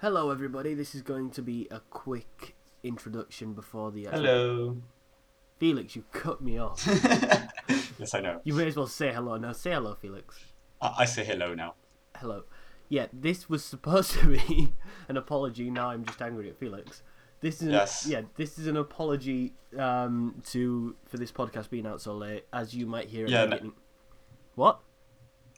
Hello, everybody. This is going to be a quick introduction before the. actual- Hello. Felix, you cut me off. yes, I know. you may as well say hello now. Say hello, Felix. I, I say hello now. Hello. Yeah, this was supposed to be an apology. Now I'm just angry at Felix. This is an, Yes. yeah. This is an apology um, to for this podcast being out so late, as you might hear. at the Yeah, no- beginning. What?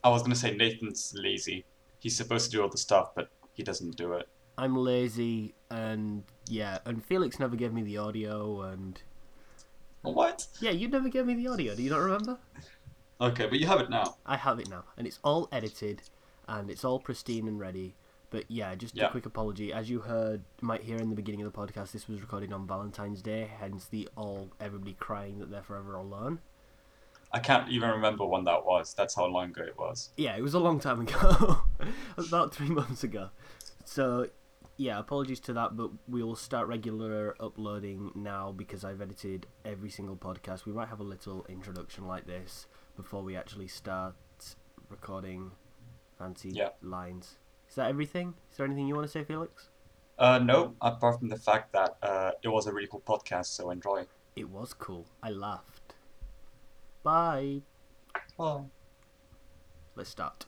I was gonna say Nathan's lazy. He's supposed to do all the stuff, but he doesn't do it. I'm lazy, and yeah, and Felix never gave me the audio, and What? yeah, you never gave me the audio. Do you not remember? Okay, but you have it now. I have it now, and it's all edited, and it's all pristine and ready. But yeah, just a Yeah. quick apology. As you heard, might hear in the beginning of the podcast, this was recorded on Valentine's Day, hence the all everybody crying that they're forever alone. I can't even remember when that was. That's how long ago it was. Yeah, it was a long time ago, about three months ago. So yeah, apologies to that, but we will start regular uploading now because I've edited every single podcast. We might have a little introduction like this before we actually start recording fancy Yeah. lines. Is that everything? Is there anything you want to say, Felix? Uh, no, apart from the fact that uh, it was a really cool podcast, so enjoy. It was cool. I laughed. Bye. Oh. Let's start.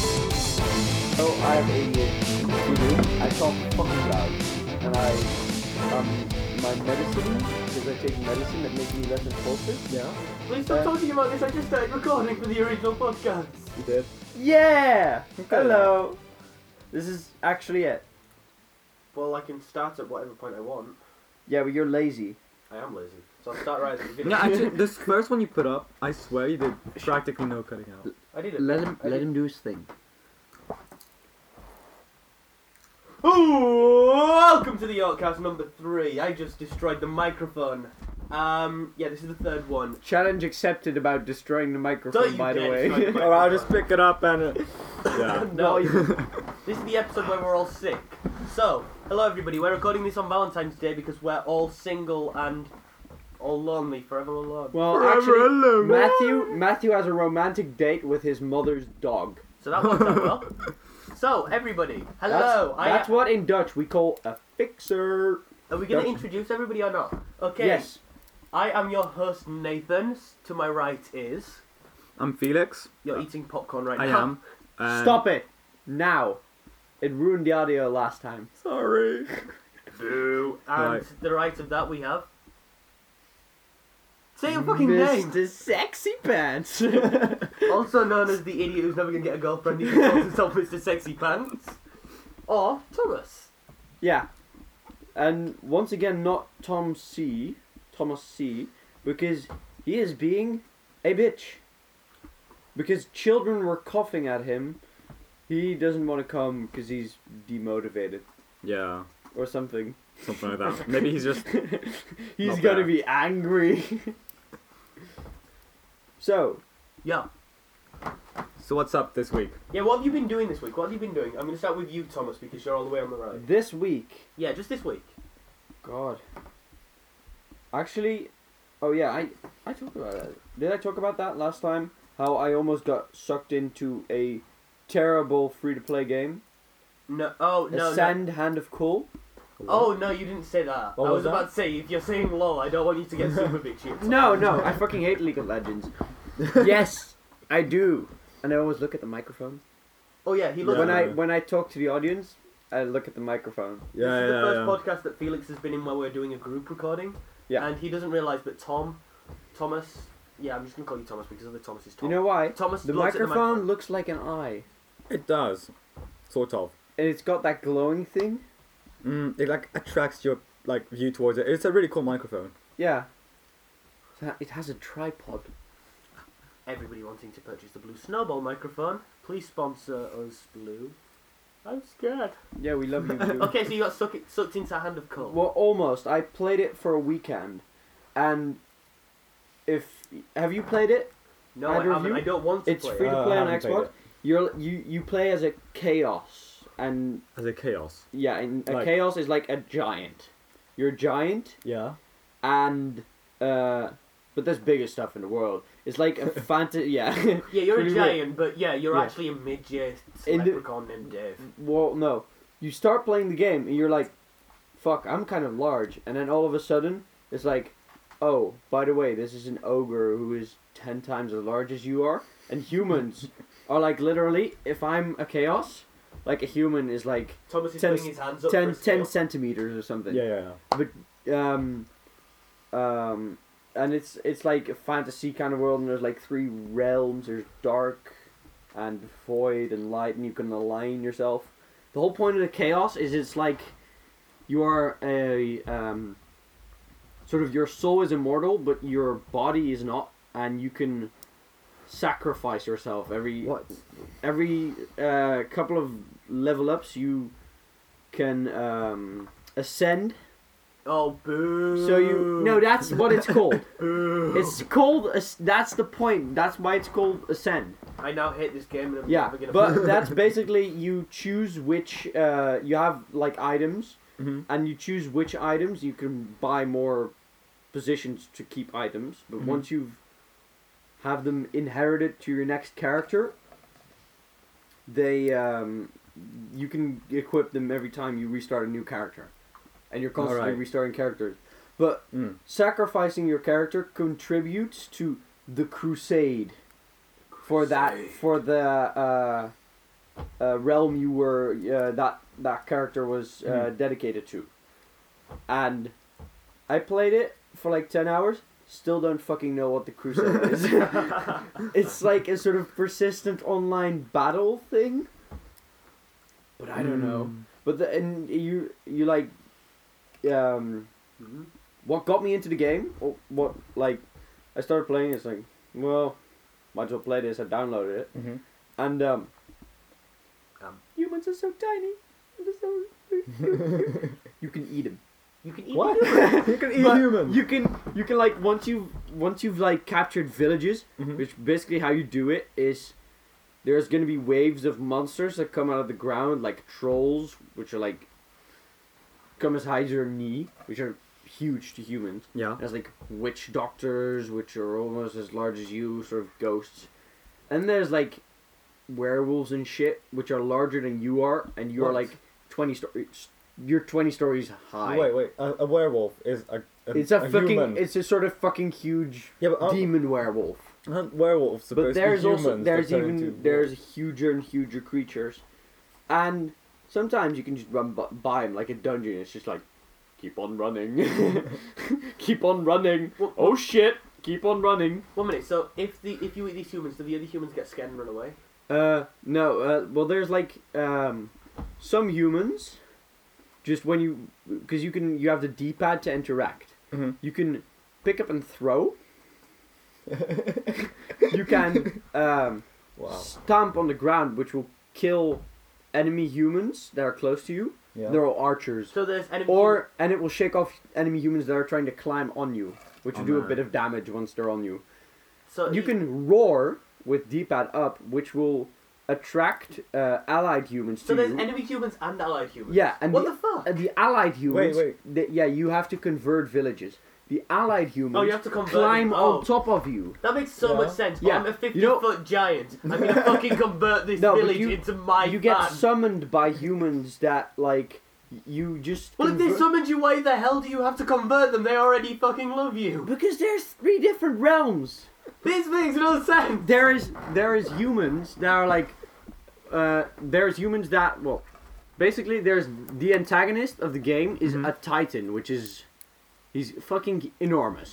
So I'm an idiot. I talk fucking loud. And I, um, my medicine, because I take medicine that makes me less impulsive now. Please stop talking about this. I just started recording for the original podcast. You did? Yeah! Hello. Hello! This is actually it. Well, I can start at whatever point I want. Yeah, but you're lazy. I am lazy, so I'll start right at the beginning. No, actually, this first one you put up, I swear you did practically no cutting out. I did it. Let him let him do his thing. Ooh, welcome to the Yorkcast number three. I just destroyed the microphone. Um, yeah, this is the third one. Challenge accepted about destroying the Don't microphone, you by the dare way. destroy the Or I'll just pick it up and. Uh, yeah. No, you- this is the episode where we're all sick. So, hello everybody. We're recording this on Valentine's Day because we're all single and all lonely, forever alone. well, Forever actually, alone. Matthew Matthew has a romantic date with his mother's dog. So that worked out well. So, everybody, hello. That's, that's what in Dutch we call a fixer. Are we going to that's- introduce everybody or not? Okay. Yes. I am your host, Nathan. To my right is. I'm Felix. You're eating popcorn right I now. am. And Stop it now. It ruined the audio last time. Sorry. Boo. And Right. to the right of that we have. Say your fucking Mr. name! Sexy Pants. Also known as the idiot who's never gonna get a girlfriend, he just calls himself Mr. Sexy Pants. Or Thomas. Yeah. And once again, not Tom C. Thomas C. Because he is being a bitch. Because children were coughing at him. He doesn't want to come because he's demotivated Yeah, or something. something like that. Maybe he's just. he's Not going to bad. be angry. so, Yeah. So, what's up this week? Yeah, what have you been doing this week? What have you been doing? I'm gonna start with you, Thomas, because you're all the way on the right. this week. Yeah, just this week. God. Actually, oh yeah, I I talked about that. Did I talk about that last time? How I almost got sucked into a terrible free to play game, No, oh, a no, no. Sand Hand of Cool. Oh, no, you didn't say that. What I was was that? about to say, if you're saying lol, I don't want you to get super bitchy. No, no, I fucking hate League of Legends. yes, I do. And I always look at the microphone Oh, yeah, he loves when it. I when I talk to the audience. I look at the microphone. Yeah, this yeah, is the yeah. first podcast that Felix has been in where we're doing a group recording. Yeah. And he doesn't realise that Tom, Thomas, yeah, I'm just gonna call you Thomas because other Thomas is You Tom. know why? Thomas, The looks at microphone looks like an eye, It does. Sort of. and it's got that glowing thing. Mm, it like attracts your like view towards it. It's a really cool microphone. Yeah. It has a tripod. Everybody wanting to purchase the Blue Snowball microphone, please sponsor us, Blue. I'm scared. Yeah, we love you. Blue. okay, so you got suck- sucked into a hand of coal. Well, almost. I played it for a weekend, and if have you played it? No, I, Either of haven't. you? I don't want to It's play. free it. Uh, to I play on haven't played Xbox. it. You're you you play as a chaos, and As a chaos. yeah, and a Like- chaos is like a giant. You're a giant, Yeah. and uh, but there's bigger stuff in the world. It's like a fantasy. Yeah. Yeah, you're a Pretty giant, but yeah, you're Yeah. actually a midget In the- leprechaun named Dave. well, no. You start playing the game and you're like, fuck, I'm kind of large. And then all of a sudden, it's like, oh, by the way, this is an ogre who is 10 times as large as you are. And humans are like, literally, if I'm a chaos, like a human is like Thomas is Ten- putting his hands up. 10, for a 10 scale. centimeters or something. Yeah, yeah, yeah. Um, um, and it's it's like a fantasy kind of world, and there's like three realms. There's dark, and void, and light, and you can align yourself. The whole point of the chaos is it's like you are a um, sort of your soul is immortal, but your body is not, and you can sacrifice yourself every What? every uh, couple of level ups. You can um, ascend Oh boo! so you no, that's what it's called. Boo. it's called. as- That's the point. That's why it's called ascend. I now hate this game and I'm Yeah, never gonna. play but it. that's basically you choose which uh, you have like items, Mhm. and you choose which items you can buy more positions to keep items. But Mm-hmm. once you've have them inherited to your next character, they um, you can equip them every time you restart a new character, and you're constantly Alright. restarting characters. But Mm. sacrificing your character contributes to the crusade for that for the uh, uh, realm you were uh, that that character was uh, dedicated to and i played it for like 10 hours still don't fucking know what the crusade is it's like a sort of persistent online battle thing but i don't know but the, and you you like um Mhm. what got me into the game, or what like I started playing, it's like, well, might as well play this. I downloaded it, Mhm. and um, Um. humans are so tiny. They're so- you can eat them. you can eat What? You can eat But human. You can you can like once you once you've like captured villages, Mhm. which basically how you do it is there's gonna be waves of monsters that come out of the ground, like trolls, which are like come as high as your knee, which are huge to humans. yeah. There's like witch doctors, which are almost as large as you, sort of ghosts. And there's like werewolves and shit, which are larger than you are, and you are What? like twenty stories. You're twenty stories high. Oh, Wait, wait. A, a werewolf is a. a it's a, fucking. Human. Oh. It's a sort of fucking huge Yeah, but aren't- demon werewolf. Aren't werewolves But supposed there's to be humans? also there's that turn into even there's huger and huger creatures, and sometimes you can just run bu- by them like a dungeon. It's just like, keep on running, keep on running. Well- Oh shit, keep on running. One minute. So if the if you eat these humans, do the other humans get scared and run away? Uh, no. Uh, well, there's like um, some humans. Just when you, because you can, you have the D-pad to interact. Mhm. You can pick up and throw. you can um, Wow. stamp on the ground, which will kill enemy humans that are close to you. Yeah. They're all archers. So there's enemy. Or and it will shake off enemy humans that are trying to climb on you, which will Oh, do a man. bit of damage once they're on humans. you so you e- can roar with D-pad up, which will attract uh, allied humans So to there's you. enemy humans and allied humans. Yeah, and what the- the fuck? and the allied humans. wait. the- yeah, you have to convert villages. The allied humans Oh, you have to convert climb them. on Oh. top of you. That makes so Yeah. much sense. But Yeah. I'm a 50 You know- foot giant. I'm gonna fucking convert this No, but village you- into my you get van. summoned by humans that like you just. Well, if they convert- summoned you, why the hell do you have to convert them? They already fucking love you. because there's three different realms. This makes no sense. there is there is humans that are like uh, there's humans that well basically there's the antagonist of the game is Mm-hmm. a titan which is he's fucking enormous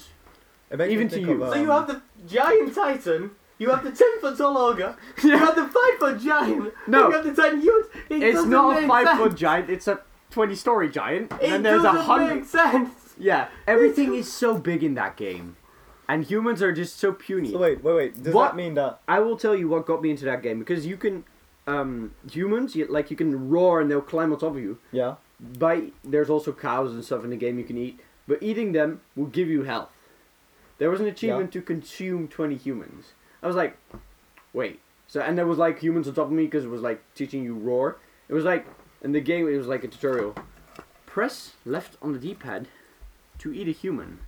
It makes me even to think you. of, So you um, have the giant titan, you have the 10 foot tall ogre, you have the 5 foot giant, No. and you have the 10 humans. It it's doesn't not a make five sense. foot giant it's a 20 story giant It and then there's a doesn't hundred make sense. yeah everything is so big in that game and humans are just so puny So wait, wait, wait. Does What? that mean that I will tell you what got me into that game because you can um, humans, you, like you can roar and they'll climb on top of you. Yeah. By there's also cows and stuff in the game you can eat, but eating them will give you health. There was an achievement to consume 20 humans. I was like, wait. So and there was like humans on top of me because it was like teaching you roar. It was like in the game it was like a tutorial. Press left on the D-pad to eat a human.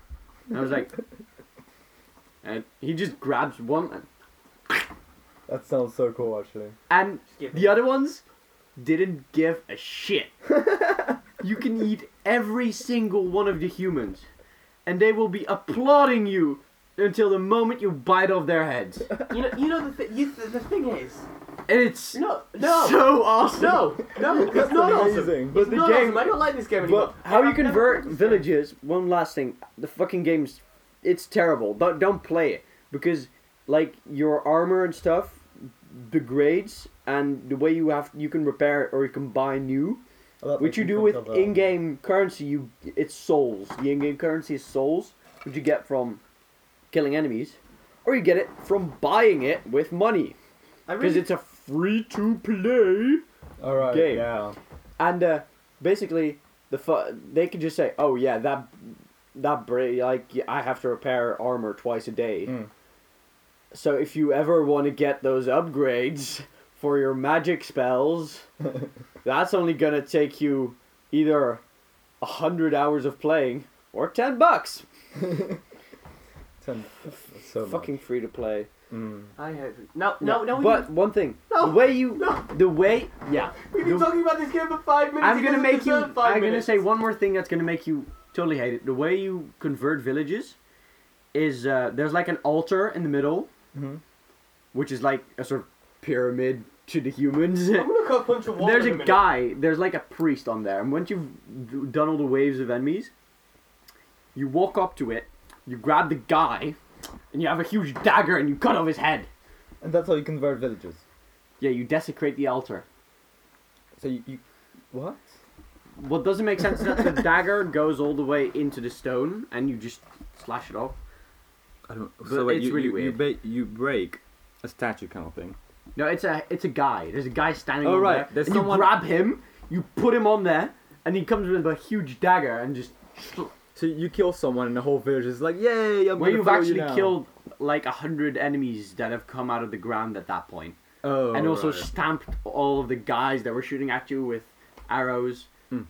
And I was like, and he just grabs one and That sounds so cool, actually. and Skip the other ones didn't give a shit. you can eat every single one of the humans, and they will be applauding you until the moment you bite off their heads. You know, you know the, th- you, the, the thing is, And it's no, no, so awesome. no, no, it's not awesome. amazing. but It's the not game. awesome. I don't like this game anymore. But how I- you I've never convert played this game. villages? One last thing, the fucking game's it's terrible. Don't don't play it because like your armor and stuff degrades, and the way you have you can repair it or you can buy new, Oh, that which makes you me do think with of, uh, in-game currency. You it's souls. The in-game currency is souls, which you get from killing enemies, or you get it from buying it with money I because really, it's a free to play. All right. game. Yeah. And uh, basically, the fu- they could just say, "Oh yeah, that that bra- like yeah, I have to repair armor twice a day." Mm. So if you ever want to get those upgrades for your magic spells, that's only gonna take you either a hundred hours of playing or ten bucks. Ten, so much. Fucking free to play. Mm. I hope no, no, no. we- But one thing, No, the way you, no. the way, yeah. we've been the- talking about this game for five minutes. I'm It gonna doesn't make you. deserve I'm Five gonna minutes. say one more thing that's gonna make you totally hate it. The way you convert villages is uh, there's like an altar in the middle, Mm-hmm. Mhm. which is like a sort of pyramid to the humans. I'm gonna go punch a wall. there's in a a minute. guy. There's like a priest on there, and once you've d- done all the waves of enemies, you walk up to it, you grab the guy, and you have a huge dagger and you cut off his head. And that's how you convert villages. Yeah, you desecrate the altar. So you, you what? What doesn't make sense is that the dagger goes all the way into the stone and you just slash it off. I don't. But wait, it's you- really you- you ba- you break a statue kind of thing. No, it's a it's a guy. There's a guy standing. Oh, on right. there, There's and someone- You grab him. You put him on there, and he comes with a huge dagger and just. So you kill someone and the whole village is like, yay! I'm Where gonna you've follow actually you now." killed like a hundred enemies that have come out of the ground at that point, Oh, and also right. stamped all of the guys that were shooting at you with arrows, Hmm.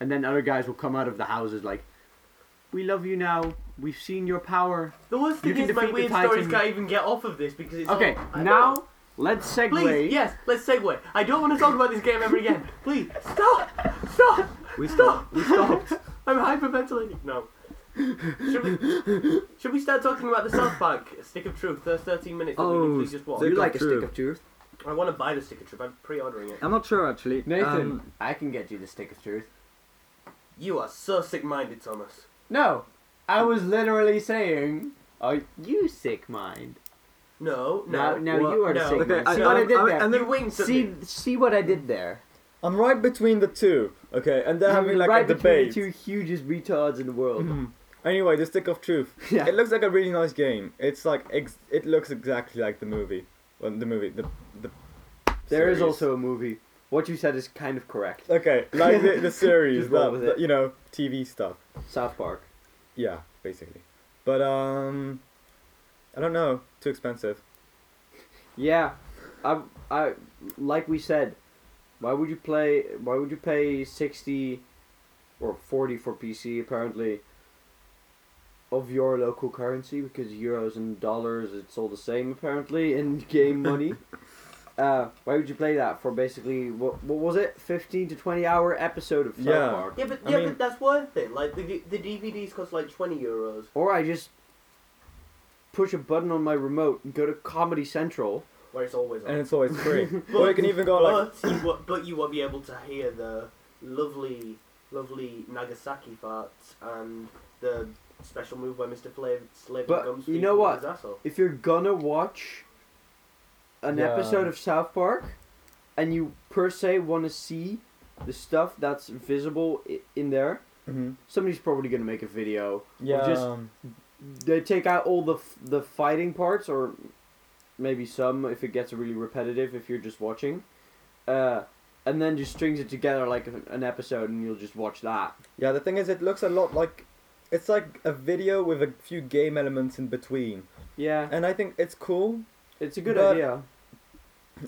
and then other guys will come out of the houses like, "We love you now. We've seen your power." The worst You thing can is my defeat the weird Titan. stories can't even get off of this because it's Okay, all- I now don't- let's segue. Please, yes, let's segue. I don't want to talk about this game ever again. Please, stop, stop, We stop. stopped. We stopped. I'm hyperventilating. No. Should we, should we start talking about the South Park Stick of Truth? There's 13 minutes that we Oh, literally just watched. Stick You of like a stick truth. of truth? I want to buy the Stick of Truth. I'm pre-ordering it. I'm not sure actually. Um, I can get you the stick of truth. You are so sick-minded, Thomas. No, I was literally saying, "Are you sick mind?" No, No, no, now what? you are No. sick Okay, mind. I- see I- what I, did I- there. and You winged at see, me. see what I did there. I'm right between the two. Okay, and they're having like right a between debate. the two hugest retards in the world. Mm-hmm. Anyway, the stick of truth. Yeah. It looks like a really nice game. It's like ex- it looks exactly like the movie. Well, the movie. The the. There is series. also a movie. What you said is kind of correct. Okay, like the, the series, Just roll the, with the- it. you know, TV stuff. South Park. Yeah, basically. But um, I don't know. Too expensive. Yeah, I, I, like we said, why would you play? Why would you pay sixty or forty for PC? Apparently, of your local currency because euros and dollars, it's all the same apparently in game money. uh, why would you play that for basically what? What was it? Fifteen to twenty hour episode of South Yeah. Park. Yeah, but I yeah, mean- but that's worth it. Like the D- the DVDs cost like 20 euros. Or I just push a button on my remote and go to Comedy Central. Where it's always on. And it's always free. or you can even go like. but you, wo- but you won't be able to hear the lovely, lovely Nagasaki farts and the special move where Mr. Flav slaved But gums. you feet know with what? His asshole. if you're gonna watch an Yeah. episode of South Park and you per se want to see the stuff that's visible i- in there, Mhm. somebody's probably gonna make a video. Yeah. just- um, They take out all the f- the fighting parts or maybe some if it gets really repetitive if you're just watching. uh, and then just strings it together like a- an episode, and you'll just watch that. Yeah, the thing is, it looks a lot like it's like a video with a few game elements in between, Yeah, and I think it's cool. it's a good But- idea.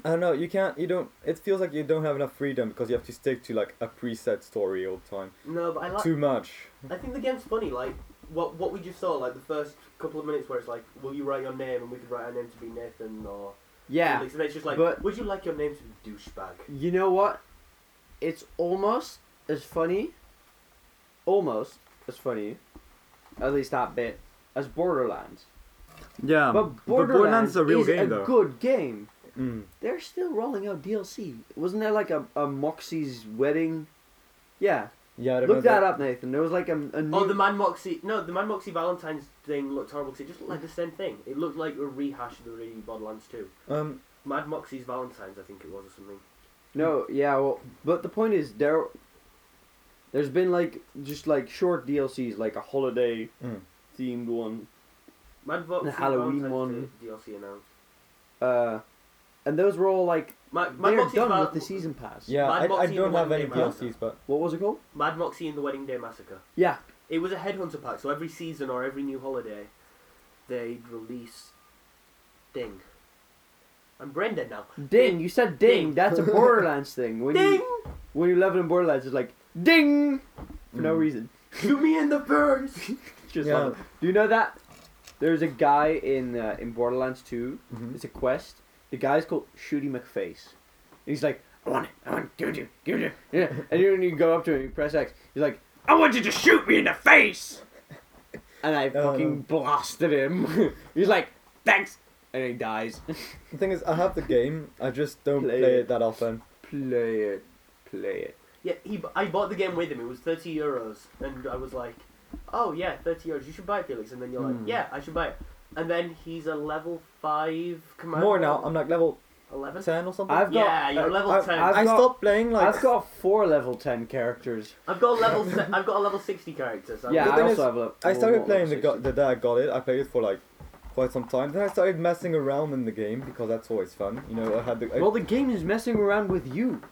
I don't know. You can't. You don't. It feels like you don't have enough freedom because you have to stick to like a preset story all the time. No, but I like. Too much. I think the game's funny. Like what what we just saw, like the first couple of minutes where it's like, will you write your name, and we could write our name to be Nathan or Yeah, Felix, and it's just like, but- would you like your name to be douchebag? You know what? It's almost as funny, almost as funny, at least that bit, as Borderlands. Yeah, but Borderlands, Um, Borderlands is a real is game a though. good game. Mm. They're still rolling out DLC. Wasn't there like a, a Moxie's wedding? Yeah, Yeah, I don't look know that up, Nathan. There was like a, a new. Oh, the Man Moxie. No, the Man Moxie Valentine's thing looked horrible because it just looked like the same thing. It looked like a rehash of the re Borderlands 2. Um, Mad Moxie's Valentine's, I think it was, or something. No, yeah, well, but the point is there. There's been like just like short DLCs, like a holiday Mm. themed one. Mad Moxie The Halloween Valentine's one. D- DLC announced. Uh, and those were all like Mad, Mad they're Moxie's done Val- with the season pass. Mad yeah, I, I Moxie don't and have One any Day Master. DLCs, but What was it called? Mad Moxie and the Wedding Day Massacre. Yeah, It was a headhunter pack, so every season or every new holiday, they'd release Ding. I'm brain dead now. ding. You said ding. Ding. That's a Borderlands thing. When Ding! you when you level in Borderlands, it's like ding for no Mm. reason. Shoot me in the birds! Just Yeah. love it. Do you know that there's a guy in uh, in Borderlands 2 Mm-hmm. Mhm. It's a quest. The guy's called Shooty McFace. And he's like, I want it. I want it. Give it to you. Give it to you. Yeah. And you, you go up to him. You press X. He's like, I want you to shoot me in the face. And I Oh, fucking blasted him. he's like, thanks. And he dies. the thing is, I have the game. I just don't Play play, it. it that often. Play it. Play it. Yeah, he. I bought the game with him. It was thirty euros, and I was like, "Oh yeah, thirty euros. You should buy it, Felix." And then you're Hmm. like, "Yeah, I should buy it." And then he's a level five commander. More now. I'm like level eleven. ten or something. I've got. Yeah, you're level I, ten. I I've got- stopped playing like I've got four level 10 characters. I've got a level. se- I've got a level sixty character. So I'm Yeah, The I thing also is, have a. I well, started not level playing the, go- 60. the day I got it. I played it for like quite some time. Then I started messing around in the game because that's always fun. You know, I had the. I- Well, the game is messing around with you.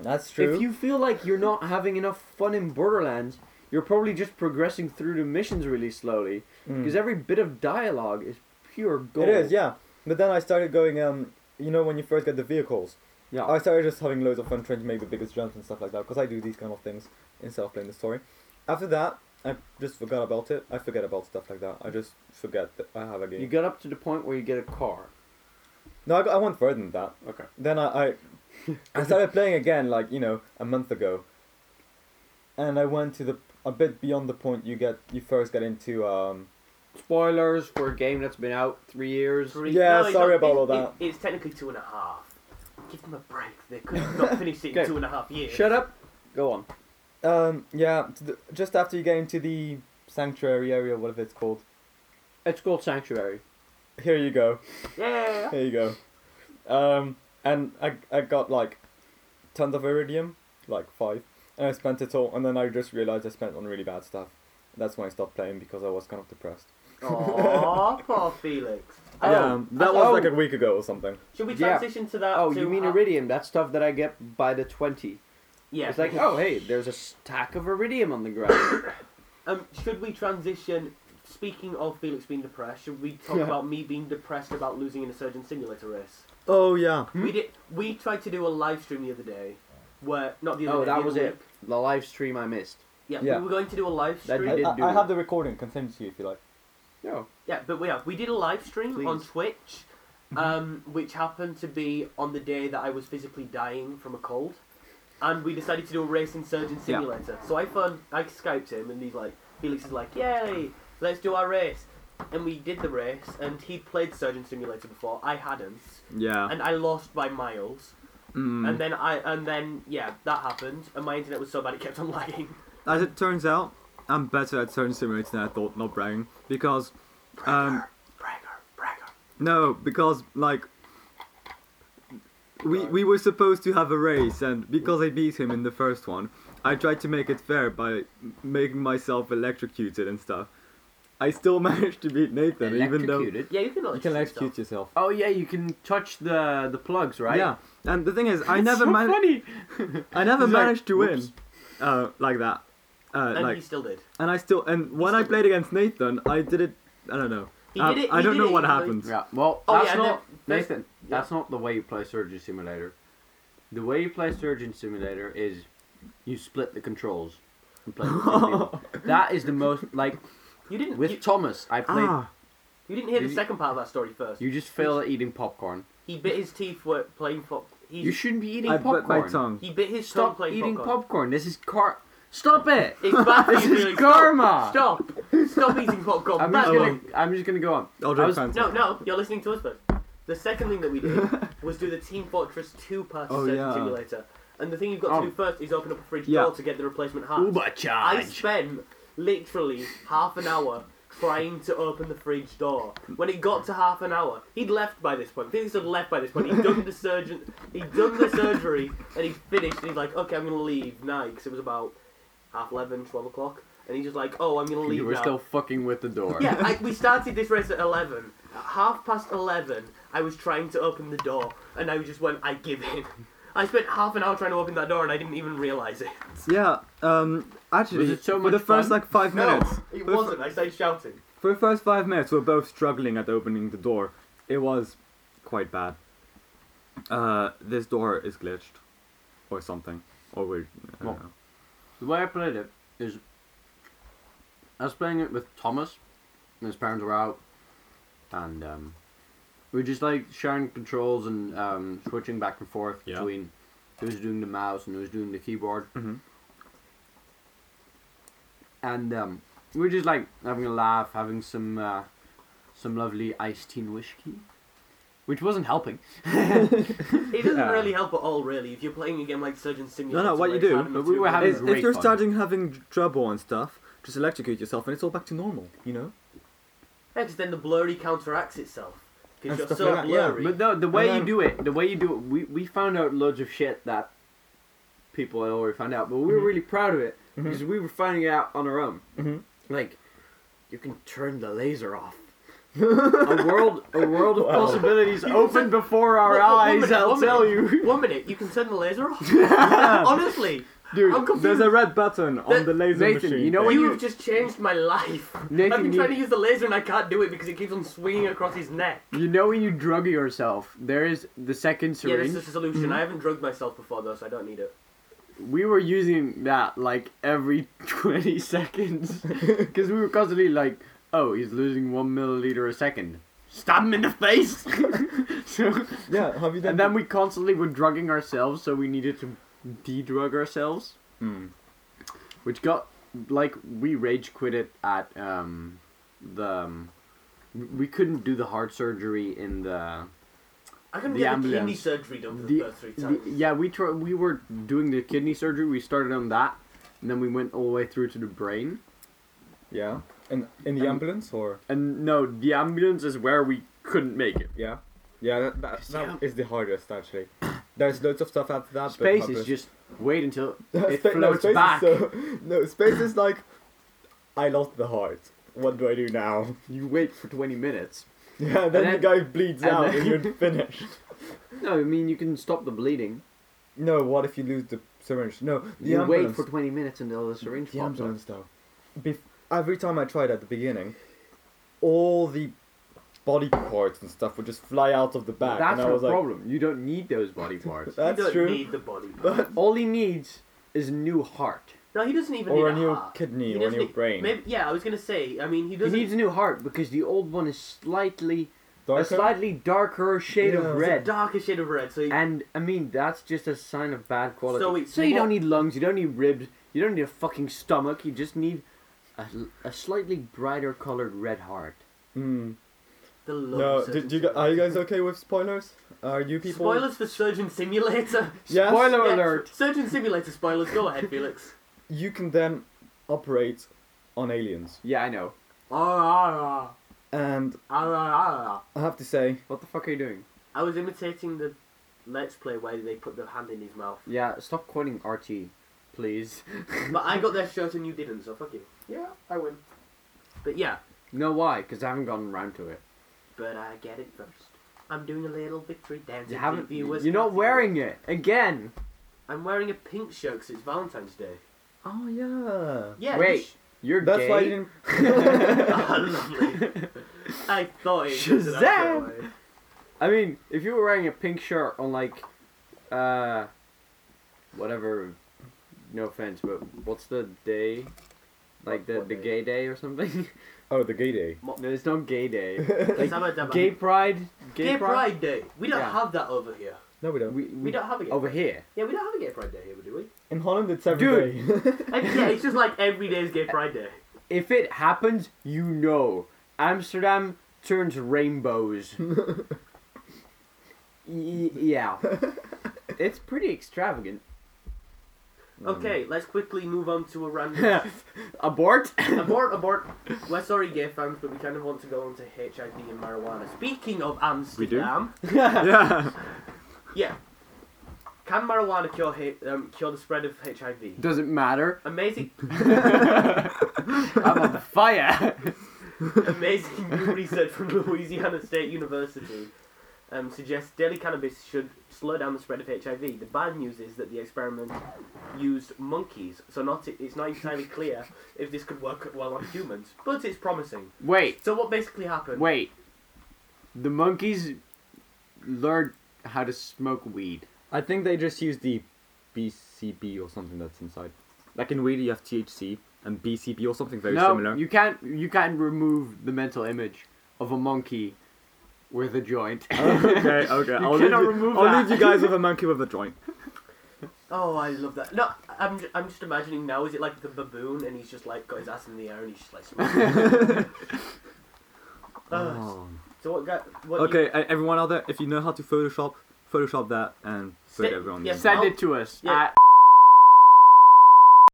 that's true. If you feel like you're not having enough fun in Borderlands, you're probably just progressing through the missions really slowly Mm. because every bit of dialogue is pure gold. it is, yeah. But then I started going. Um, you know, when you first get the vehicles, Yeah. I started just having loads of fun trying to make the biggest jumps and stuff like that because I do these kind of things instead of playing the story. After that, I just forgot about it. I forget about stuff like that. I just forget that I have a game. You get up to the point where you get a car. No, I, got- I went further than that. Okay. Then I, I, I started playing again, like you know, a month ago. And I went to the a bit beyond the point you get you first get into. Um, Spoilers for a game that's been out three years. three- Yeah, it's sorry not- about it- all that. it- it's technically two and a half. Give them a break. They could have not finished it in Okay. two and a half years. Shut up. Go on. um, yeah, to the, just after you get into the sanctuary area, whatever it's called. It's called Sanctuary. Here you go. Yeah. Here you go. Um, and I I got like tons of iridium, like five, and I spent it all. And then I just realized I spent on really bad stuff. That's when I stopped playing because I was kind of depressed. Aw, poor Felix. Oh, yeah, that that's- was oh. like a week ago or something. Should we Yeah. transition to that? Oh, to you mean how- iridium? That stuff that I get by the twenty. Yeah. It's like, oh hey, there's a stack of iridium on the ground. Um, should we transition? Speaking of Felix being depressed, should we talk Yeah. about me being depressed about losing in a Surgeon Simulator race? Oh yeah. Hmm? We did. We tried to do a live stream the other day, where not the other. oh, day, the that other was it. week. The live stream I missed. Yeah, Yeah. we were going to do a live That stream. I did I, do I it. have the recording. Can send it to you if you like. No. Yeah, but we have. We did a live stream on Please. Twitch, um, which happened to be on the day that I was physically dying from a cold, and we decided to do a race in Surgeon Yeah. Simulator. So I phoned, I skyped him, and he's like, Felix is like, "Yay, let's do our race." And we did the race, and he played Surgeon Simulator before. I hadn't, Yeah. and I lost by miles. And then I, and then yeah, that happened, and my internet was so bad it kept on lagging. As it turns out, I'm better at certain simulators than I thought. Not bragging, because um, Bragger, bragger. no, because like we we were supposed to have a race, and because I beat him in the first one, I tried to make it fair by m- making myself electrocuted and stuff. I still managed to beat Nathan, even though Electrocuted. Yeah, you can. you can electrocute yourself. yourself. Oh yeah, you can touch the the plugs, right? Yeah, And the thing is, I never managed. funny. I never It's like, managed to whoops. win, uh, like that. Uh, and like, he still did. and I still, and when I played against Nathan, I did it. I don't know. He I, did it. I he don't did know it, what he- happened. Yeah. Well, Oh, that's yeah, and not then- Nathan. That's not the way you play Surgeon Simulator. The way you play Surgeon Simulator is you split the controls. And play with two people. that is the most like You didn't. with you, Thomas. I played. Ah, you didn't hear did the you- second part of that story first. You just fail at eating popcorn. he bit his teeth while playing pop. He, You shouldn't be eating I popcorn. bit my tongue. he bit his tongue Stop playing eating popcorn. popcorn. This is car. Stop it. It's bad for This you, is Felix. karma. Stop. Stop, Stop eating popcorn. I'm That's just wrong. gonna. I'm just gonna go on. I'll I drink was- Fanta. No, no, you're listening to us first. The second thing that we did was do the Team Fortress 2 part Oh, sim- yeah. simulator. And the thing you've got Oh. to do first is open up a fridge Yeah. door to get the replacement hat. I Ubercharge. spent literally half an hour trying to open the fridge door. When it got to half an hour, he'd left by this point. Felix had left by this point. He'd done the surgeon he'd done the surgery and he'd finished and he's like, Okay, I'm gonna leave now because it was about half 11, 12 o'clock. And he's just like, Oh, I'm gonna leave You were now. still fucking with the door. Yeah, I, we started this race at 11. At half past 11, I was trying to open the door, and I just went, I give in. I spent half an hour trying to open that door, and I didn't even realise it. Yeah. Um. Was Actually, it so for much the first fun? like five minutes, It For the wasn't. I started shouting. For the first five minutes, we were both struggling at opening the door. It was quite bad. Uh, this door is glitched, or something, or we're. I don't Well- know. The way I played it is I was playing it with Thomas, and his parents were out, and um, we were just like sharing controls and um, switching back and forth Yeah. between who was doing the mouse and who was doing the keyboard. Mhm. And um, we were just like having a laugh, having some uh, some lovely iced tea and whiskey, which wasn't helping. It doesn't Yeah. really help at all, really, if you're playing a game like Surgeon Simulator. No, no, what where you it's do- hard enough But to we were open having the If, door. great if you're fun. starting having trouble and stuff, just electrocute yourself, and it's all back to normal. You know. Yeah, 'cause then the blurry counteracts itself. And Because you're stuff so like that, yeah. blurry. But no, the way you then- do it, the way you do it, we, we found out loads of shit that people had already found out, but we were really proud of it because we were finding it out on our own. Mhm. Like, you can turn the laser off. a world, a world of possibilities open before our Look, look, one eyes. minute, I'll one tell minute, you, One minute, you can turn the laser off. Honestly, I'm Dude, confused. there's a red button on That- the laser Nathan, machine. you know thing. when you you- have just changed my life. I've Nathan, been you- trying to use the laser and I can't do it because it keeps on swinging across his neck. you know when you drug yourself. There is the second Yeah, syringe. this is a solution. I haven't drugged myself before though, so I don't need it. we were using that like every 20 seconds because we were constantly like oh he's losing one milliliter a second stab him in the face so Yeah, have you done? and then we constantly were drugging ourselves so we needed to de-drug ourselves Mm. which got like we rage quit it at um the um, we couldn't do the heart surgery in the I couldn't The get the kidney ambulance. surgery done for the, The- first three The- times. yeah, we tr- we were doing the kidney surgery. We started on that, and then we went all the way through to the brain. yeah, in in the Um, ambulance or And no, the ambulance is where we couldn't make it. yeah, yeah. That that, Yeah. that is the hardest actually. There's loads of stuff after that. Space but is hardest- just wait until it Spa- no, floats space back. Is so, no, space is like I lost the heart. What do I do now? You wait for twenty minutes. Yeah, then, then- the guy bleeds and out then- and you're finished. No, I mean you can stop the bleeding. No, what if you lose the syringe? No, the you wait ambulance. for twenty minutes until the syringe the pops up. ambulance though. Bef- every time I tried at the beginning, all the body parts and stuff would just fly out of the back, That's and I your was like, problem. you don't need those body parts. you "That's don't true." need the body. But all he needs is a new heart. No, he doesn't even or need a new heart. kidney He or a doesn't new need- brain. Maybe, yeah, I was gonna say. I mean, he He doesn't. needs a new heart because the old one is slightly Darker? a slightly darker shade Yeah. of It's a red. darker shade of red. So he, And I mean, that's just a sign of bad quality. So So, it's you more- don't need lungs, you don't need ribs, you don't need a fucking stomach. You just need a, a slightly brighter colored red heart. Hmm. Mm. the love No, of Surgeon did you? gu- Simulator. Are you guys okay with spoilers? Are you people? Spoilers for Surgeon Simulator. Yes. Spoiler Yeah, alert! Surgeon Simulator spoilers. Go ahead, Felix. You can then operate on aliens, Yeah, I know. Ah, ah, and ah, ah, ah. I have to say, What the fuck are you doing? I was imitating the Let's Play where they put their hand in his mouth, Yeah, stop quoting RT, please. but I got their shirt and you didn't, so fuck you. Yeah, I win. But yeah, No, why? Because I haven't gotten around to it. but I get it first. I'm doing a little victory dance. You at haven't. the viewers. You're not happy. wearing it again. I'm wearing a pink shirt because it's Valentine's Day. Oh yeah. Yeah. Wait. sh- You're That's gay. why I didn't. Ah, lovely. I thought it existed, I Shazam! thought it- I mean, if you were wearing a pink shirt on like, uh, whatever. No offense, but what's the day? Like the, What the day? gay day or something? Oh, the gay day. no, it's not gay day. Let's Like, have a dab- gay pride. Gay Pride Day. We don't Yeah. have that over here. No, we don't. We, We don't have a gay. over Pride- here. Yeah, we don't have a gay Pride Day here, do we? In Holland, it's every day. I- yeah, it's just like every day is Gay Pride Day. If it happens, you know. Amsterdam turns rainbows. y- yeah. It's pretty extravagant. Okay, let's quickly move on to a random. Abort? abort, abort. We're sorry, gay fans, but we kind of want to go on to HIV and marijuana. Speaking of Amsterdam, Yeah. yeah. Can marijuana cure hi- um, cure the spread of HIV? Doesn't matter. Amazing, I'm on fire. amazing new research from Louisiana State University um, suggests daily cannabis should slow down the spread of HIV. The bad news is that the experiment used monkeys, so not it's not entirely clear if this could work well on humans, but it's promising. Wait, So what basically happened? wait. The monkeys learned how to smoke weed. I think they just use the BCB or something that's inside. Like in weed, you have THC and BCB or something very no, similar. you can't. You can't remove the mental image of a monkey with a joint. okay, okay. I'll, leave cannot you, remove I'll that. leave you guys with a monkey with a joint. Oh, I love that. No, I'm, j- I'm just imagining now. Is it like the baboon, and he's just like got his ass in the air, and he's just like. smoking? Oh. Ugh. So what? Got, what Oh. Okay, You, e- everyone out there, if you know how to Photoshop, Photoshop that and put Sti- everyone. yes, in. Send it to us. Yeah. at-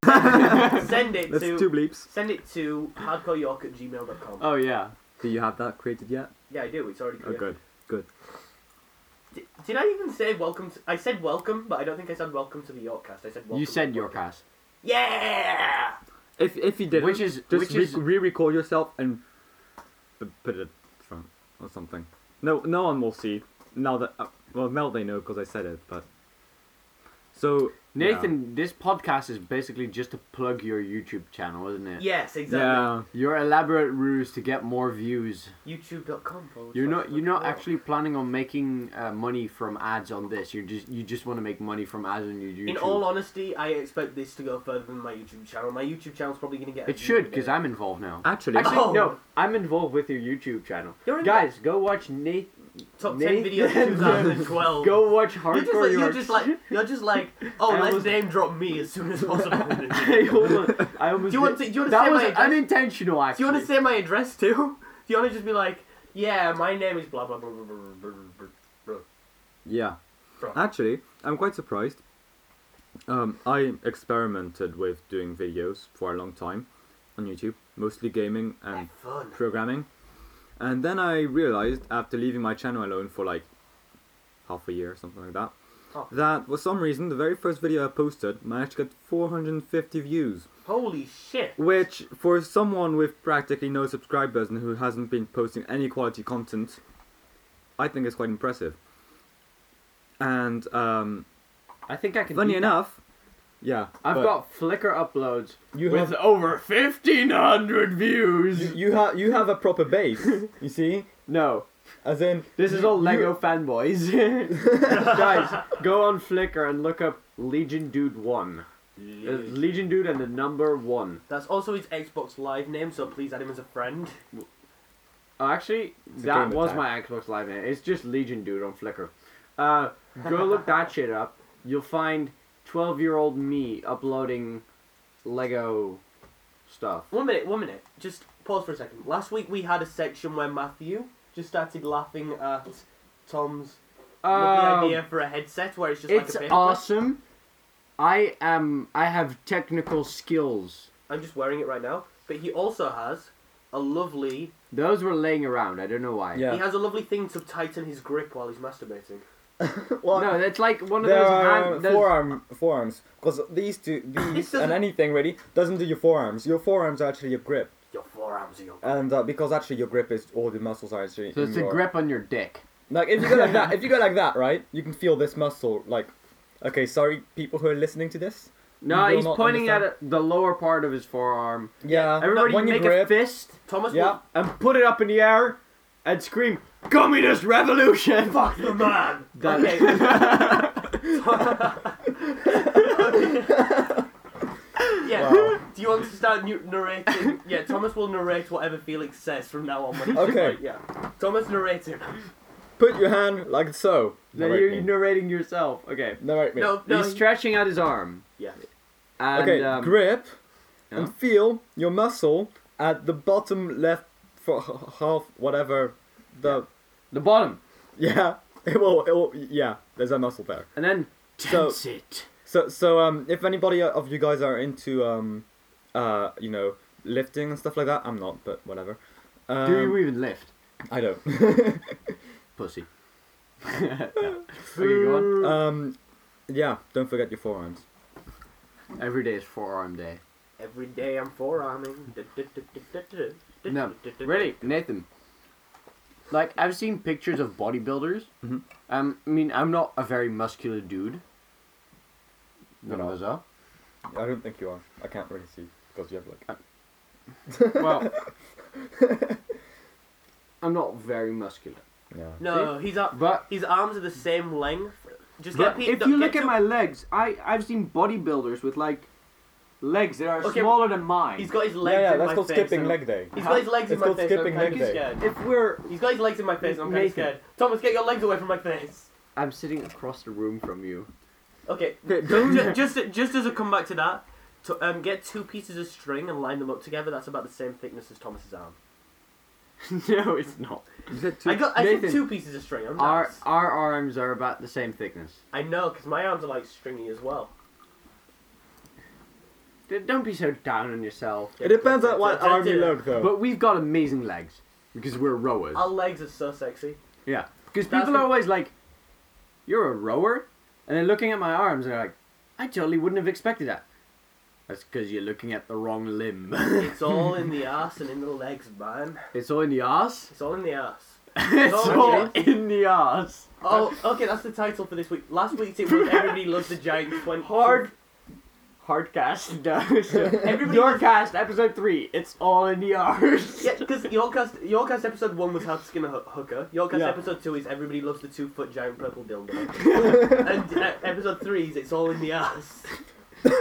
send it That's to two bleeps. send it to hardcoreyork at gmail.com. oh yeah. Do you have that created yet? yeah, I do. It's already Oh, created. good. Did, did I even say welcome? To, I said welcome, but I don't think I said welcome to the Yorkcast. I said welcome. you to said the your Yorkcast. cast. Yeah. If if you didn't, Which is- just which is- re- record yourself and p- put it front or something. No, no one will see now that uh, well now they know because I said it. But so Nathan, this podcast is basically just to plug your YouTube channel, isn't it? Yes, yeah, exactly. yeah. Your elaborate ruse to get more views. YouTube.com. forward You're slash not. You're not hardcoreyork. actually planning on making uh, money from ads on this. You just. You just want to make money from ads on your YouTube. In all honesty, I expect this to go further than my YouTube channel. My YouTube channel's probably going to get. a it should, million. because I'm involved now. Actually, Actually, Oh. no. I'm involved with your YouTube channel. You're in- Guys, go watch Nate. top ten Nate- videos of 2012. Go watch You're just, like, Hardcore you're York. just like you're just like oh I let's was- name drop me as soon as possible. do Hey, hold on. I almost. you want did- to? Do you want to That say was my address? unintentional, Do actually. you want to say my address too? Do you want to just be like yeah my name is blah blah blah blah blah blah blah. yeah. Bro. Actually, I'm quite surprised. Um, I experimented with doing videos for a long time on YouTube, mostly gaming and blah. Fun. programming. And then I realized after leaving my channel alone for like half a year or something like that, Oh. that for some reason the very first video I posted managed to get 450 views, Holy shit. which for someone with practically no subscribers and who hasn't been posting any quality content, I think is quite impressive. And um, I think I can. funny beat that. enough, yeah, I've but got Flickr uploads You with have- over 1,500 views. You, you have you have a proper base. you see, no, as in this is you- all you- Lego fanboys. Guys, go on Flickr and look up Legion Dude 1. It's Legion Dude and the number 1. That's also his Xbox Live name, so please add him as a friend. Oh, actually, a that game was attack. my Xbox Live name. It's just Legion Dude on Flickr. Uh, go look that shit up. You'll find 12 year old me uploading Lego stuff. One minute, one minute. Just pause for a second. Last week we had a section where Matthew just started laughing at Tom's Um, lovely idea for a headset where it's just It's like a paper. awesome. I am. I have technical skills. I'm just wearing it right now. But he also has a lovely Those were laying around. I don't know why. Yeah. he has a lovely thing to tighten his grip while he's masturbating. well, No, that's like one of there those are hand. Those, forearm forearms because these two This these doesn't- and anything really doesn't do your forearms. Your forearms are actually your grip, Your forearms are your and uh, because actually your grip is all the muscles are actually. So in it's a your- grip on your dick. Like if you go like that, if you go like that, right, you can feel this muscle. Like, okay, sorry, people who are listening to this. No, You will he's not pointing at understand. it- the lower part of his forearm. Yeah, Everybody when you make a grip, fist Thomas yeah, and put it up in the air and scream, Communist Revolution! Fuck the man. That- okay. yeah. Do you want to start nu- narrating? Yeah, Thomas will narrate whatever Felix says from now on. When he's Okay. Like, yeah. Thomas narrating. put your hand like so. No, Narrate you're me. narrating yourself. Okay. Narrate me. No, no. he's stretching out his arm. yeah. And, okay, um, grip yeah. and feel your muscle at the bottom left for h- half whatever the The bottom. yeah. It will, it will, yeah. There's a muscle there. And then So- tense it. So, so um, if anybody of you guys are into um, uh, you know, lifting and stuff like that, I'm not, but whatever. Um, Do you even lift? I don't. Pussy. No. Okay, go on. um, yeah. Don't forget your forearms. Every day is forearm day. Every day I'm forearming. No, really, Nathan. Like I've seen pictures of bodybuilders. Mm-hmm. Mhm. Um, I mean, I'm not a very muscular dude. None of us are. I don't think you are. I can't really see because you have like. Uh, Well, I'm not very muscular. Yeah. No, he's up. But His arms are the same length. Just But get pe- if no, you get look at to- my legs, I I've seen bodybuilders with like legs that are Okay, smaller than mine. He's got his legs Yeah, yeah. in That's my called face. skipping and- leg day. He's got his legs in It's my called face. skipping and I'm leg kinda day. scared. if we're He's got his legs in my face. and I'm kind of Nathan. scared. Thomas, get your legs away from my face. I'm sitting across the room from you. Okay. Okay, Ju- just just as a comeback to that, to, um, get two pieces of string and line them up together. That's about the same thickness as Thomas's arm. no, it's not. You said two. I got I Nathan, said two pieces of string. I'm Our nice. our arms are about the same thickness. I know because my arms are like stringy as well. D- Don't be so down on yourself. It depends on what Yeah, arm you yeah. look though. But we've got amazing legs because we're rowers. Our legs are so sexy. Yeah, because That's people the- are always like, "You're a rower," and they're looking at my arms and they're like, "I totally wouldn't have expected that." That's because you're looking at the wrong limb. It's all in the ass and in the legs, man. it's all in the ass. It's all in the ass. It's all all in the ass. Oh, okay, that's the title for this week. Last week's it was Everybody Loves the Giants. When Hard. Hardcast. No, Everybody- your cast episode three. It's all in the arse. Yeah, because your cast, your cast episode one was How to Skin a Ho- Hooker. Your cast Yeah. episode two is Everybody Loves the Two Foot Giant Purple Dildo. and uh, episode three is It's All in the Ass.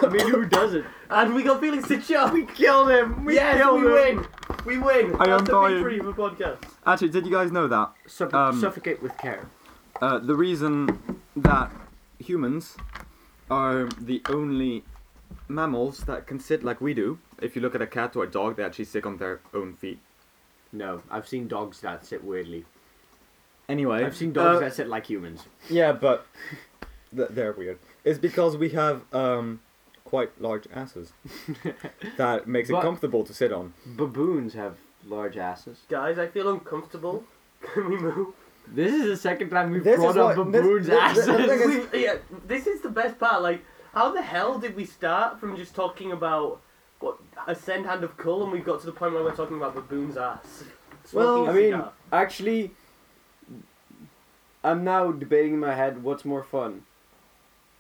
I mean, who doesn't? And we got Felix to show. We killed him. We yes, killed we him. win. We win. I That's am the dying. victory of a podcast. Actually, did you guys know that Suff- Um, suffocate with care. uh, the reason that humans are the only mammals that can sit like we do, if you look at a cat or a dog, they actually sit on their own feet. No, I've seen dogs that sit weirdly. Anyway, I've seen dogs uh, that sit like humans. Yeah, but th- they're weird. It's because we have um quite large asses that makes But- it comfortable to sit on. Baboons have large asses. Guys, I feel uncomfortable. Can we move? This is the second time we've This brought is up what- this- baboons' this- asses. this- this thing is- We, yeah, this is the best part. Like, how the hell did we start from just talking about what a send hand of cull, and we've got to the point where we're talking about baboon's ass? Smoking well, a I mean, cigar. actually, I'm now debating in my head what's more fun,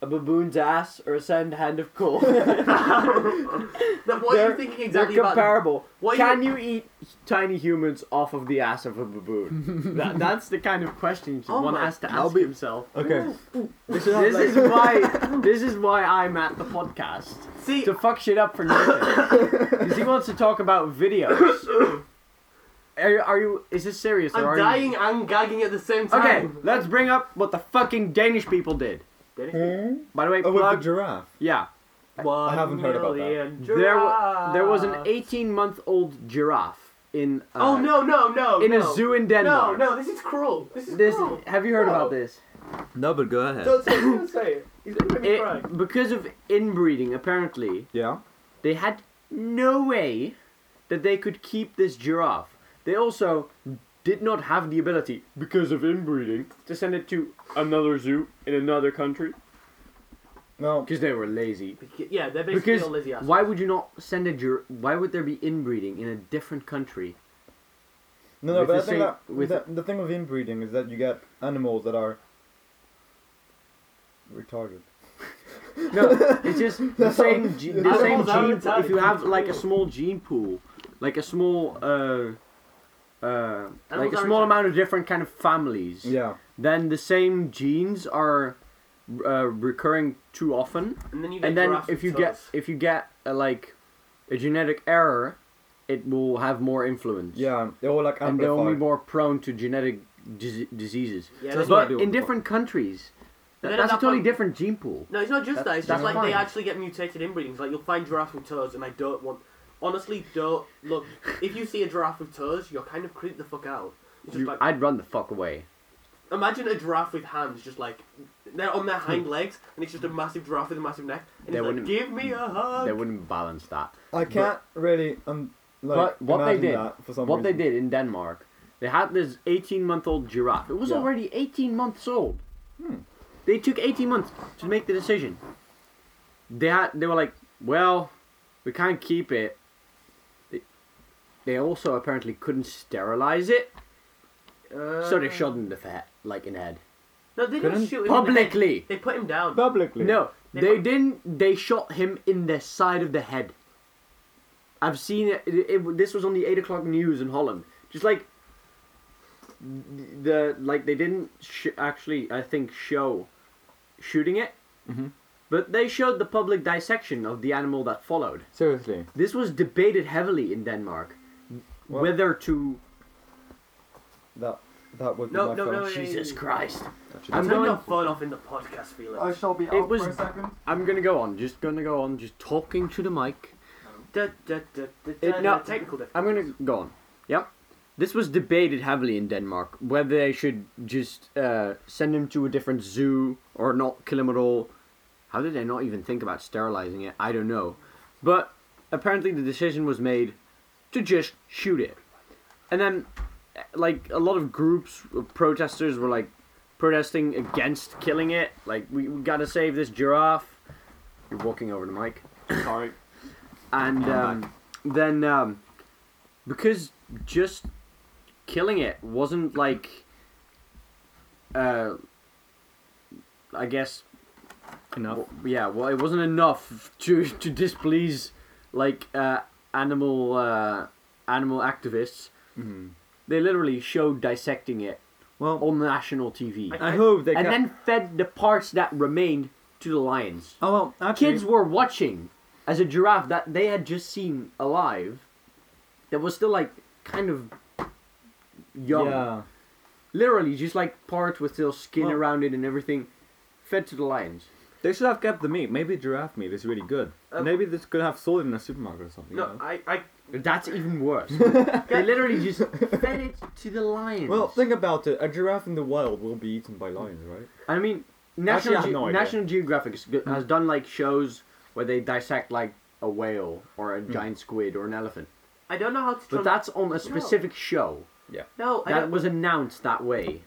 a baboon's ass or a sand hand of coal. Then what are you they're- thinking They're exactly about? comparable. What are Can you eat tiny humans off of the ass of a baboon? that, that's the kind of question Oh one my- has to I'll ask be- himself. Okay. This, is why this is why I'm at the podcast See, to fuck shit up for Nathan because he wants to talk about videos. Are, you- are you? Is this serious? or I'm are You, dying and gagging at the same okay, time. let's bring up what the fucking Danish people did. By the way, Oh, with the plug. giraffe. yeah. One I haven't heard about that. million There, wa- there was an giraffes. 18 month old giraffe in uh, Oh no no no! in no. a zoo in No Denmark. no, this is cruel. This is This cruel. have you heard No. about this? no, but go ahead. Don't say it. Don't say it. He's gonna make me cry. It, because of inbreeding, apparently Yeah. they had no way that they could keep this giraffe. They also did not have the ability because of inbreeding to send it to another zoo in another country No. because they were lazy. Beca- Yeah, they're basically Because all lazy assholes. why would you not send a gir- Why would there be inbreeding in a different country No, no, With but the I think same- that, with- that the thing of inbreeding is that you get animals that are retarded. No, it's just the same, ge- the Animals same are gene. retarded. If you have like a small gene pool, like a small, uh, uh, Animals like a are small retarded. amount of different kind of families, Yeah. then the same genes are uh, recurring too often. And then you get And then giraffes if with you get toes. if you get uh, like a genetic error, it will have more influence. Yeah, they're all like and they're only amplified. more prone to genetic dis- diseases. Yeah, but that's what I do in with the different countries, But that, then at that's a that totally point- different gene pool. No, it's not just that. It's that's just like fine. they actually get mutated inbreedings. Like you'll find giraffes with toes, and I don't want. Honestly, don't look. If you see a giraffe with toes, you're kind of creeped the fuck out. It's just You- like I'd run the fuck away. imagine a giraffe with hands, just like they're on their hind legs, and it's just a massive giraffe with a massive neck, and Hmm. They it's like, wouldn't- give me a hug. They wouldn't balance that. I can't really um like but what they imagine did, that for some what they reason. did in Denmark, they had this 18 month old giraffe. It was Yeah. Hmm. already 18 months old. They took 18 months to make the decision. They had, they were like, well, we can't keep it. They, they also apparently couldn't sterilize it, Uh, so they shot him in the head, like in the head, No, they Couldn't- didn't shoot him. In the publicly. head. They put him down. publicly. No, They they pu- didn't. They shot him in the side of the head. I've seen it. it, it this was on the eight o'clock news in Holland. Just like the like they didn't sh- actually, I think, show shooting it, but they showed the public dissection of the animal that followed. Seriously. This was debated heavily in Denmark Well- whether to That that would No, be my no, phone. no, yeah. Jesus Christ. I'm I'm Turn going. your phone off in the podcast, Felix. shall be out was- for a second. I'm gonna go on. Just gonna go on. Just talking to the mic. Da, da, da, da, It- da, no. da, technical difficulty. I'm gonna go on. Yep. This was debated heavily in Denmark whether they should just uh, send him to a different zoo or not kill him at all. How did they not even think about sterilizing it? I don't know. But apparently the decision was made to just shoot it. And then, eh, like, a lot of groups of protesters were like protesting against killing it. Like, we, we gotta save this giraffe. You're walking over the mic Sorry. and um, then um, because just killing it wasn't like uh, I guess Enough. w- yeah, well, it wasn't enough to to displease like uh, animal uh, animal activists. Mm-hmm. They literally showed dissecting it Well, on national TV, I- I hope they and ca- then fed the parts that remained to the lions oh well. Actually, kids were watching as a giraffe that they had just seen alive that was still like kind of young Yeah. literally just like part with still skin Well- around it and everything fed to the lions They should have kept the meat. Maybe giraffe meat is really good. Uh, Um, Maybe this could have sold in a supermarket or something. you No, know? I, I, that's even worse they literally just fed it to the lions Well, think about it. A giraffe in the wild will be eaten by lions, right? i mean national, Actually, I have Ge- no idea. Hmm. national geographic has go- has done like shows where they dissect like a whale or a Hmm. giant squid or an elephant I don't know how to. but tran- that's on a specific show no, I that don't, was announced that way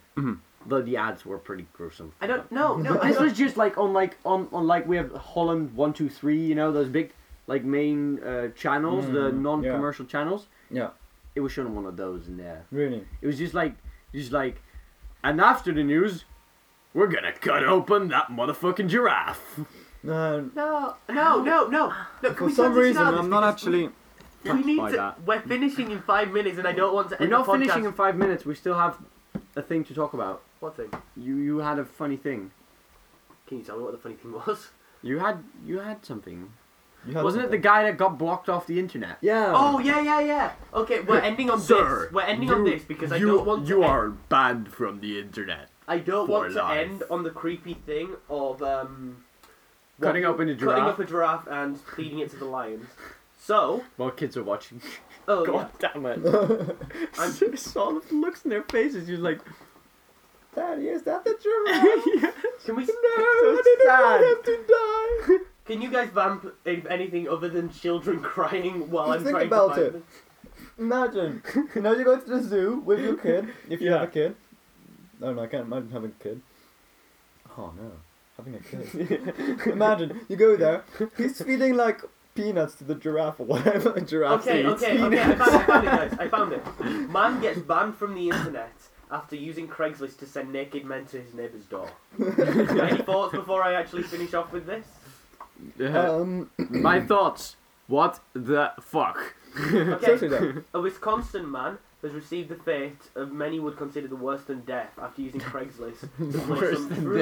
though the ads were pretty gruesome I don't. No, no. But I this don't, was just like on like on, on like we have Holland one two three, you know those big like main uh, channels, the non-commercial channels. Yeah. It was shown on one of those in there. Really? It was just like just like, and after the news, we're gonna cut open that motherfucking giraffe. No. no, no, no, no. no For some reason, I'm not actually. We need by to. that. We're finishing in five minutes, and I don't want to. We're End not the podcast. finishing in five minutes. We still have a thing to talk about. What thing? You you had a funny thing. Can you tell me what the funny thing was? You had you had something. You had Wasn't it the guy that got blocked off the internet? Yeah. Oh yeah, yeah, yeah. Okay, we're ending on Sir, this. We're ending on you- this because I don't want. to end, banned from the internet. I don't for want to life. end on the creepy thing of um. Cutting what- open a Cutting giraffe. up a giraffe and feeding it to the lions. So, Well, kids are watching. oh yeah. God damn it. I'm just all of the looks in their faces. You're like, Daddy, is that the giraffe? Can we? I didn't want him to die. Can you guys vamp if anything other than children crying while I'm Think trying to about find it. them? Imagine. You know, you go to the zoo with your kid, if you Yeah. have a kid. Oh, No, no, I can't imagine having a kid. Oh no, having a kid. imagine you go there. He's feeding like peanuts to the giraffe or whatever. giraffe Okay, eats okay, okay. I found, it, peanuts. I found it, guys. I found it. Man gets banned from the internet after using Craigslist to send naked men to his neighbour's door. Any thoughts before I actually finish off with this? Um, uh, My thoughts. What the fuck? Okay. seriously though, A Wisconsin man has received the fate of many would consider the worse than death after using Craigslist to play, some truly,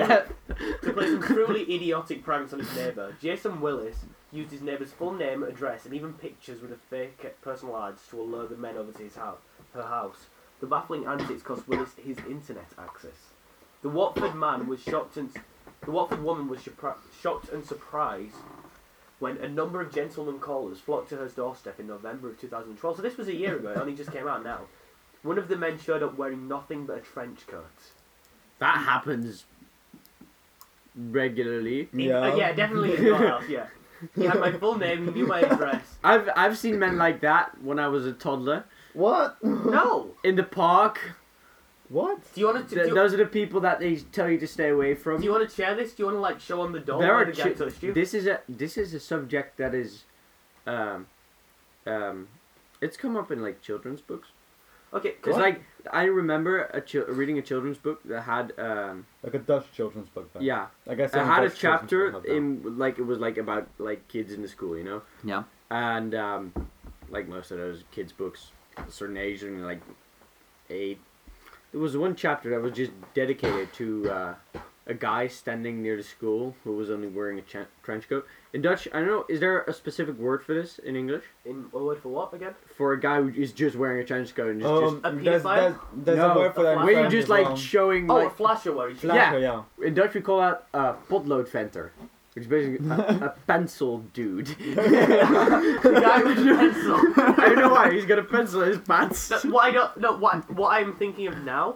to play some truly idiotic pranks on his neighbour. Jason Willis used his neighbour's full name, address, and even pictures with a fake personal ads to allure the men over to his house, her house. The baffling antics cost Willis his internet access. The Watford man was shocked and the Watford woman was surpri- shocked and surprised when a number of gentlemen callers flocked to her doorstep in November of 2012. So this was a year ago, it only just came out now. One of the men showed up wearing nothing but a trench coat. That happens regularly. In- uh, Yeah. yeah, definitely in your house, yeah. He had my full name, he knew my address. I've I've seen men like that when I was a toddler what? No! in the park. What? Do you want to, Th- do, those are the people that they tell you to stay away do from. you want to share this? Do you want to, like, show on the door there where are the guy chi- touched you? this is a this is a subject that is, um, um, it's come up in like children's books. okay, because It's like I remember a chil- reading a children's book that had um Like a Dutch children's book. Then. yeah I guess I I'm had a Dutch children's chapter book like that. in like it was like about like kids in the school, you know. Yeah. And um, like most of those kids' books, a certain age and like eight. There was one chapter that was just dedicated to uh, a guy standing near the school who was only wearing a ch- trench coat. In Dutch, I don't know. Is there a specific word for this in English? in a word for what again? For a guy who is just wearing a trench coat and is Um, a there's, pedophile? there's, there's No, a word for a that. in just flash- where you're French just as like well. showing Oh, a like flasher where he's Fla- yeah. Flash, yeah. in Dutch we call that a potlood venter, which is basically a, a pencil dude. the guy with the pencil. I don't know why he's got a pencil in his pants. No, what I don't, no, what what I'm thinking of now.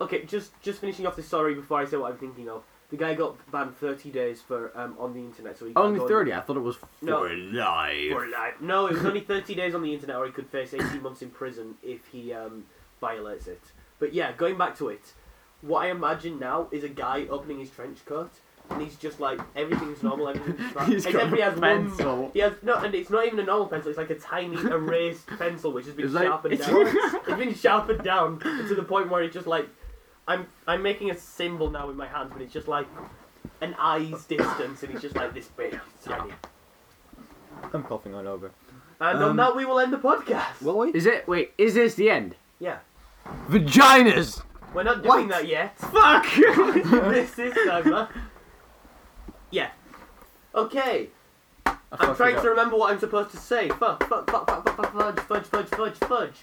okay, just just finishing off this story before I say what I'm thinking of. The guy got banned 30 days for um, on the internet, so he can't Only go on- thirty. I thought it was for No. life. for life. No, it was only 30 days on the internet, or he could face 18 months in prison if he um, violates it. But yeah, going back to it, what I imagine now is a guy opening his trench coat. And he's just like everything's normal, everything's fine. He's Except got he a has one. pencil. He has no, and it's not even a normal pencil. It's like a tiny erased pencil which has been It's like- sharpened it's- down. it's been sharpened down to the point where it's just like I'm I'm making a symbol now with my hands, but it's just like an eye's distance, and it's just like this big, it's tiny. I'm coughing all over. And on Um, that, we will end the podcast. Is it? Wait, is this the end? Yeah. Vaginas. We're not doing What? that yet. Fuck. this is over. Yeah. Okay. I'm trying to remember what I'm supposed to say. Fuck, fuck, fuck, fuck, fuck, fuck, fudge, fudge, fudge, fudge, fudge.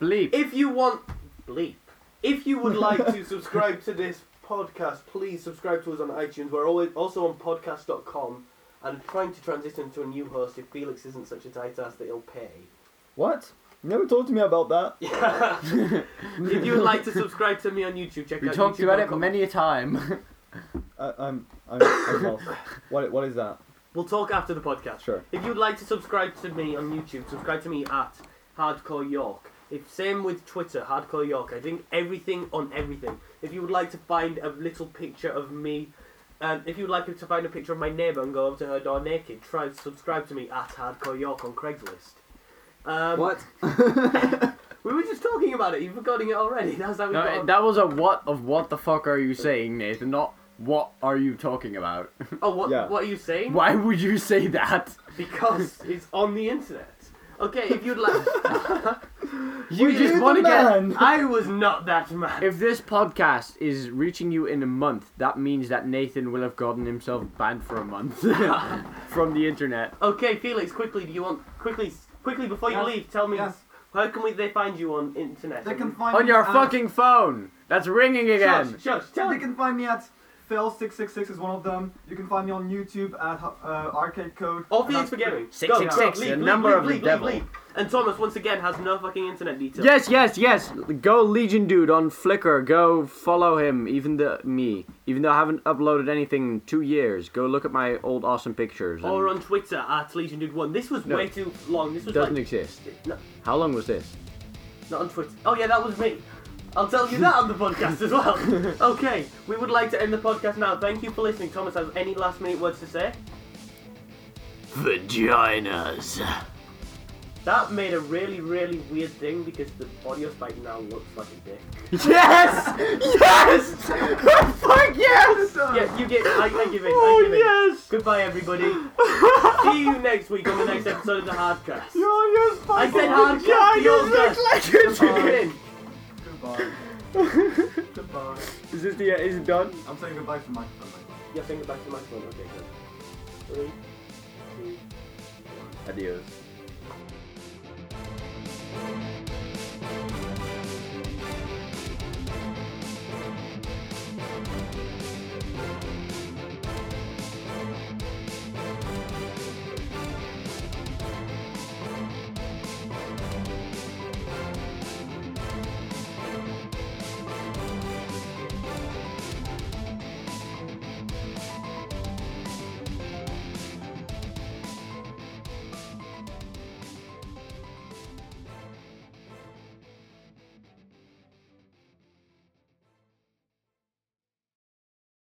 Bleep. If you want. Bleep. If you would like to subscribe to this podcast, please subscribe to us on iTunes. We're always also on podcast.com and trying to transition to a new host if Felix isn't such a tight ass that he'll pay. What? You never talked to me about that. if you would like to subscribe to me on YouTube, check We out talked about it youtube.com. many a time. I, I'm, I'm, I'm lost. What, what is that? We'll talk after the podcast. Sure. If you'd like to subscribe to me on YouTube, subscribe to me at Hardcore York. If same with Twitter, Hardcore York. I link everything on everything. If you would like to find a little picture of me, um, if you would like to find a picture of my neighbour and go over to her door naked, try and subscribe to me at Hardcore York on Craigslist. Um, What? We were just talking about it. You're forgetting it already. That's how we got No, on. that was a what of what the fuck are you saying, Nathan? Not what are you talking about? Oh, what, Yeah. what are you saying? Why would you say that? Because it's on the internet. Okay, if you'd like. You Were just you want to the get. man? I was not that man. If this podcast is reaching you in a month, that means that Nathan will have gotten himself banned for a month from the internet. Okay, Felix, quickly, do you want quickly, quickly before you Yes, leave? Tell me, yes. where can we, they find you on internet? They can And- find On me your at- fucking phone! That's ringing Shush, again! shush, tell They me. can find me at Phil666 is one of them. You can find me on YouTube at uh, Arcade Code. Or Felix for And gaming. Six, Go, six, go, six, leave, the leave, number leave, of the leave, devil. leave, leave. And Thomas once again has no fucking internet details. Yes, yes, yes! Go Legion Dude on Flickr. Go follow him, even the me. Even though I haven't uploaded anything in two years. Go look at my old awesome pictures. and- Or on Twitter at Legion Dude One. This was No. way too long. This was doesn't like, exist. no, How long was this? not on Twitter. Oh yeah, that was me. I'll tell you that on the podcast as well. Okay, we would like to end the podcast now. Thank you for listening. Thomas has any last minute words to say? Vaginas. That made a really, really weird thing because the audio spike now looks like a dick. Yes! Yes! Fuck yes! Yeah, you get. I, I give it. I Oh give it. yes! Goodbye, everybody. See you next week on the next episode of the Hardcast. Oh yes! I said Hardcast. Yours does. Hardcast. Come in. Goodbye. Goodbye. Is this the? Is it done? I'm saying goodbye to the microphone. mate. Your finger back to the microphone. Okay, good. Three, two, Adios.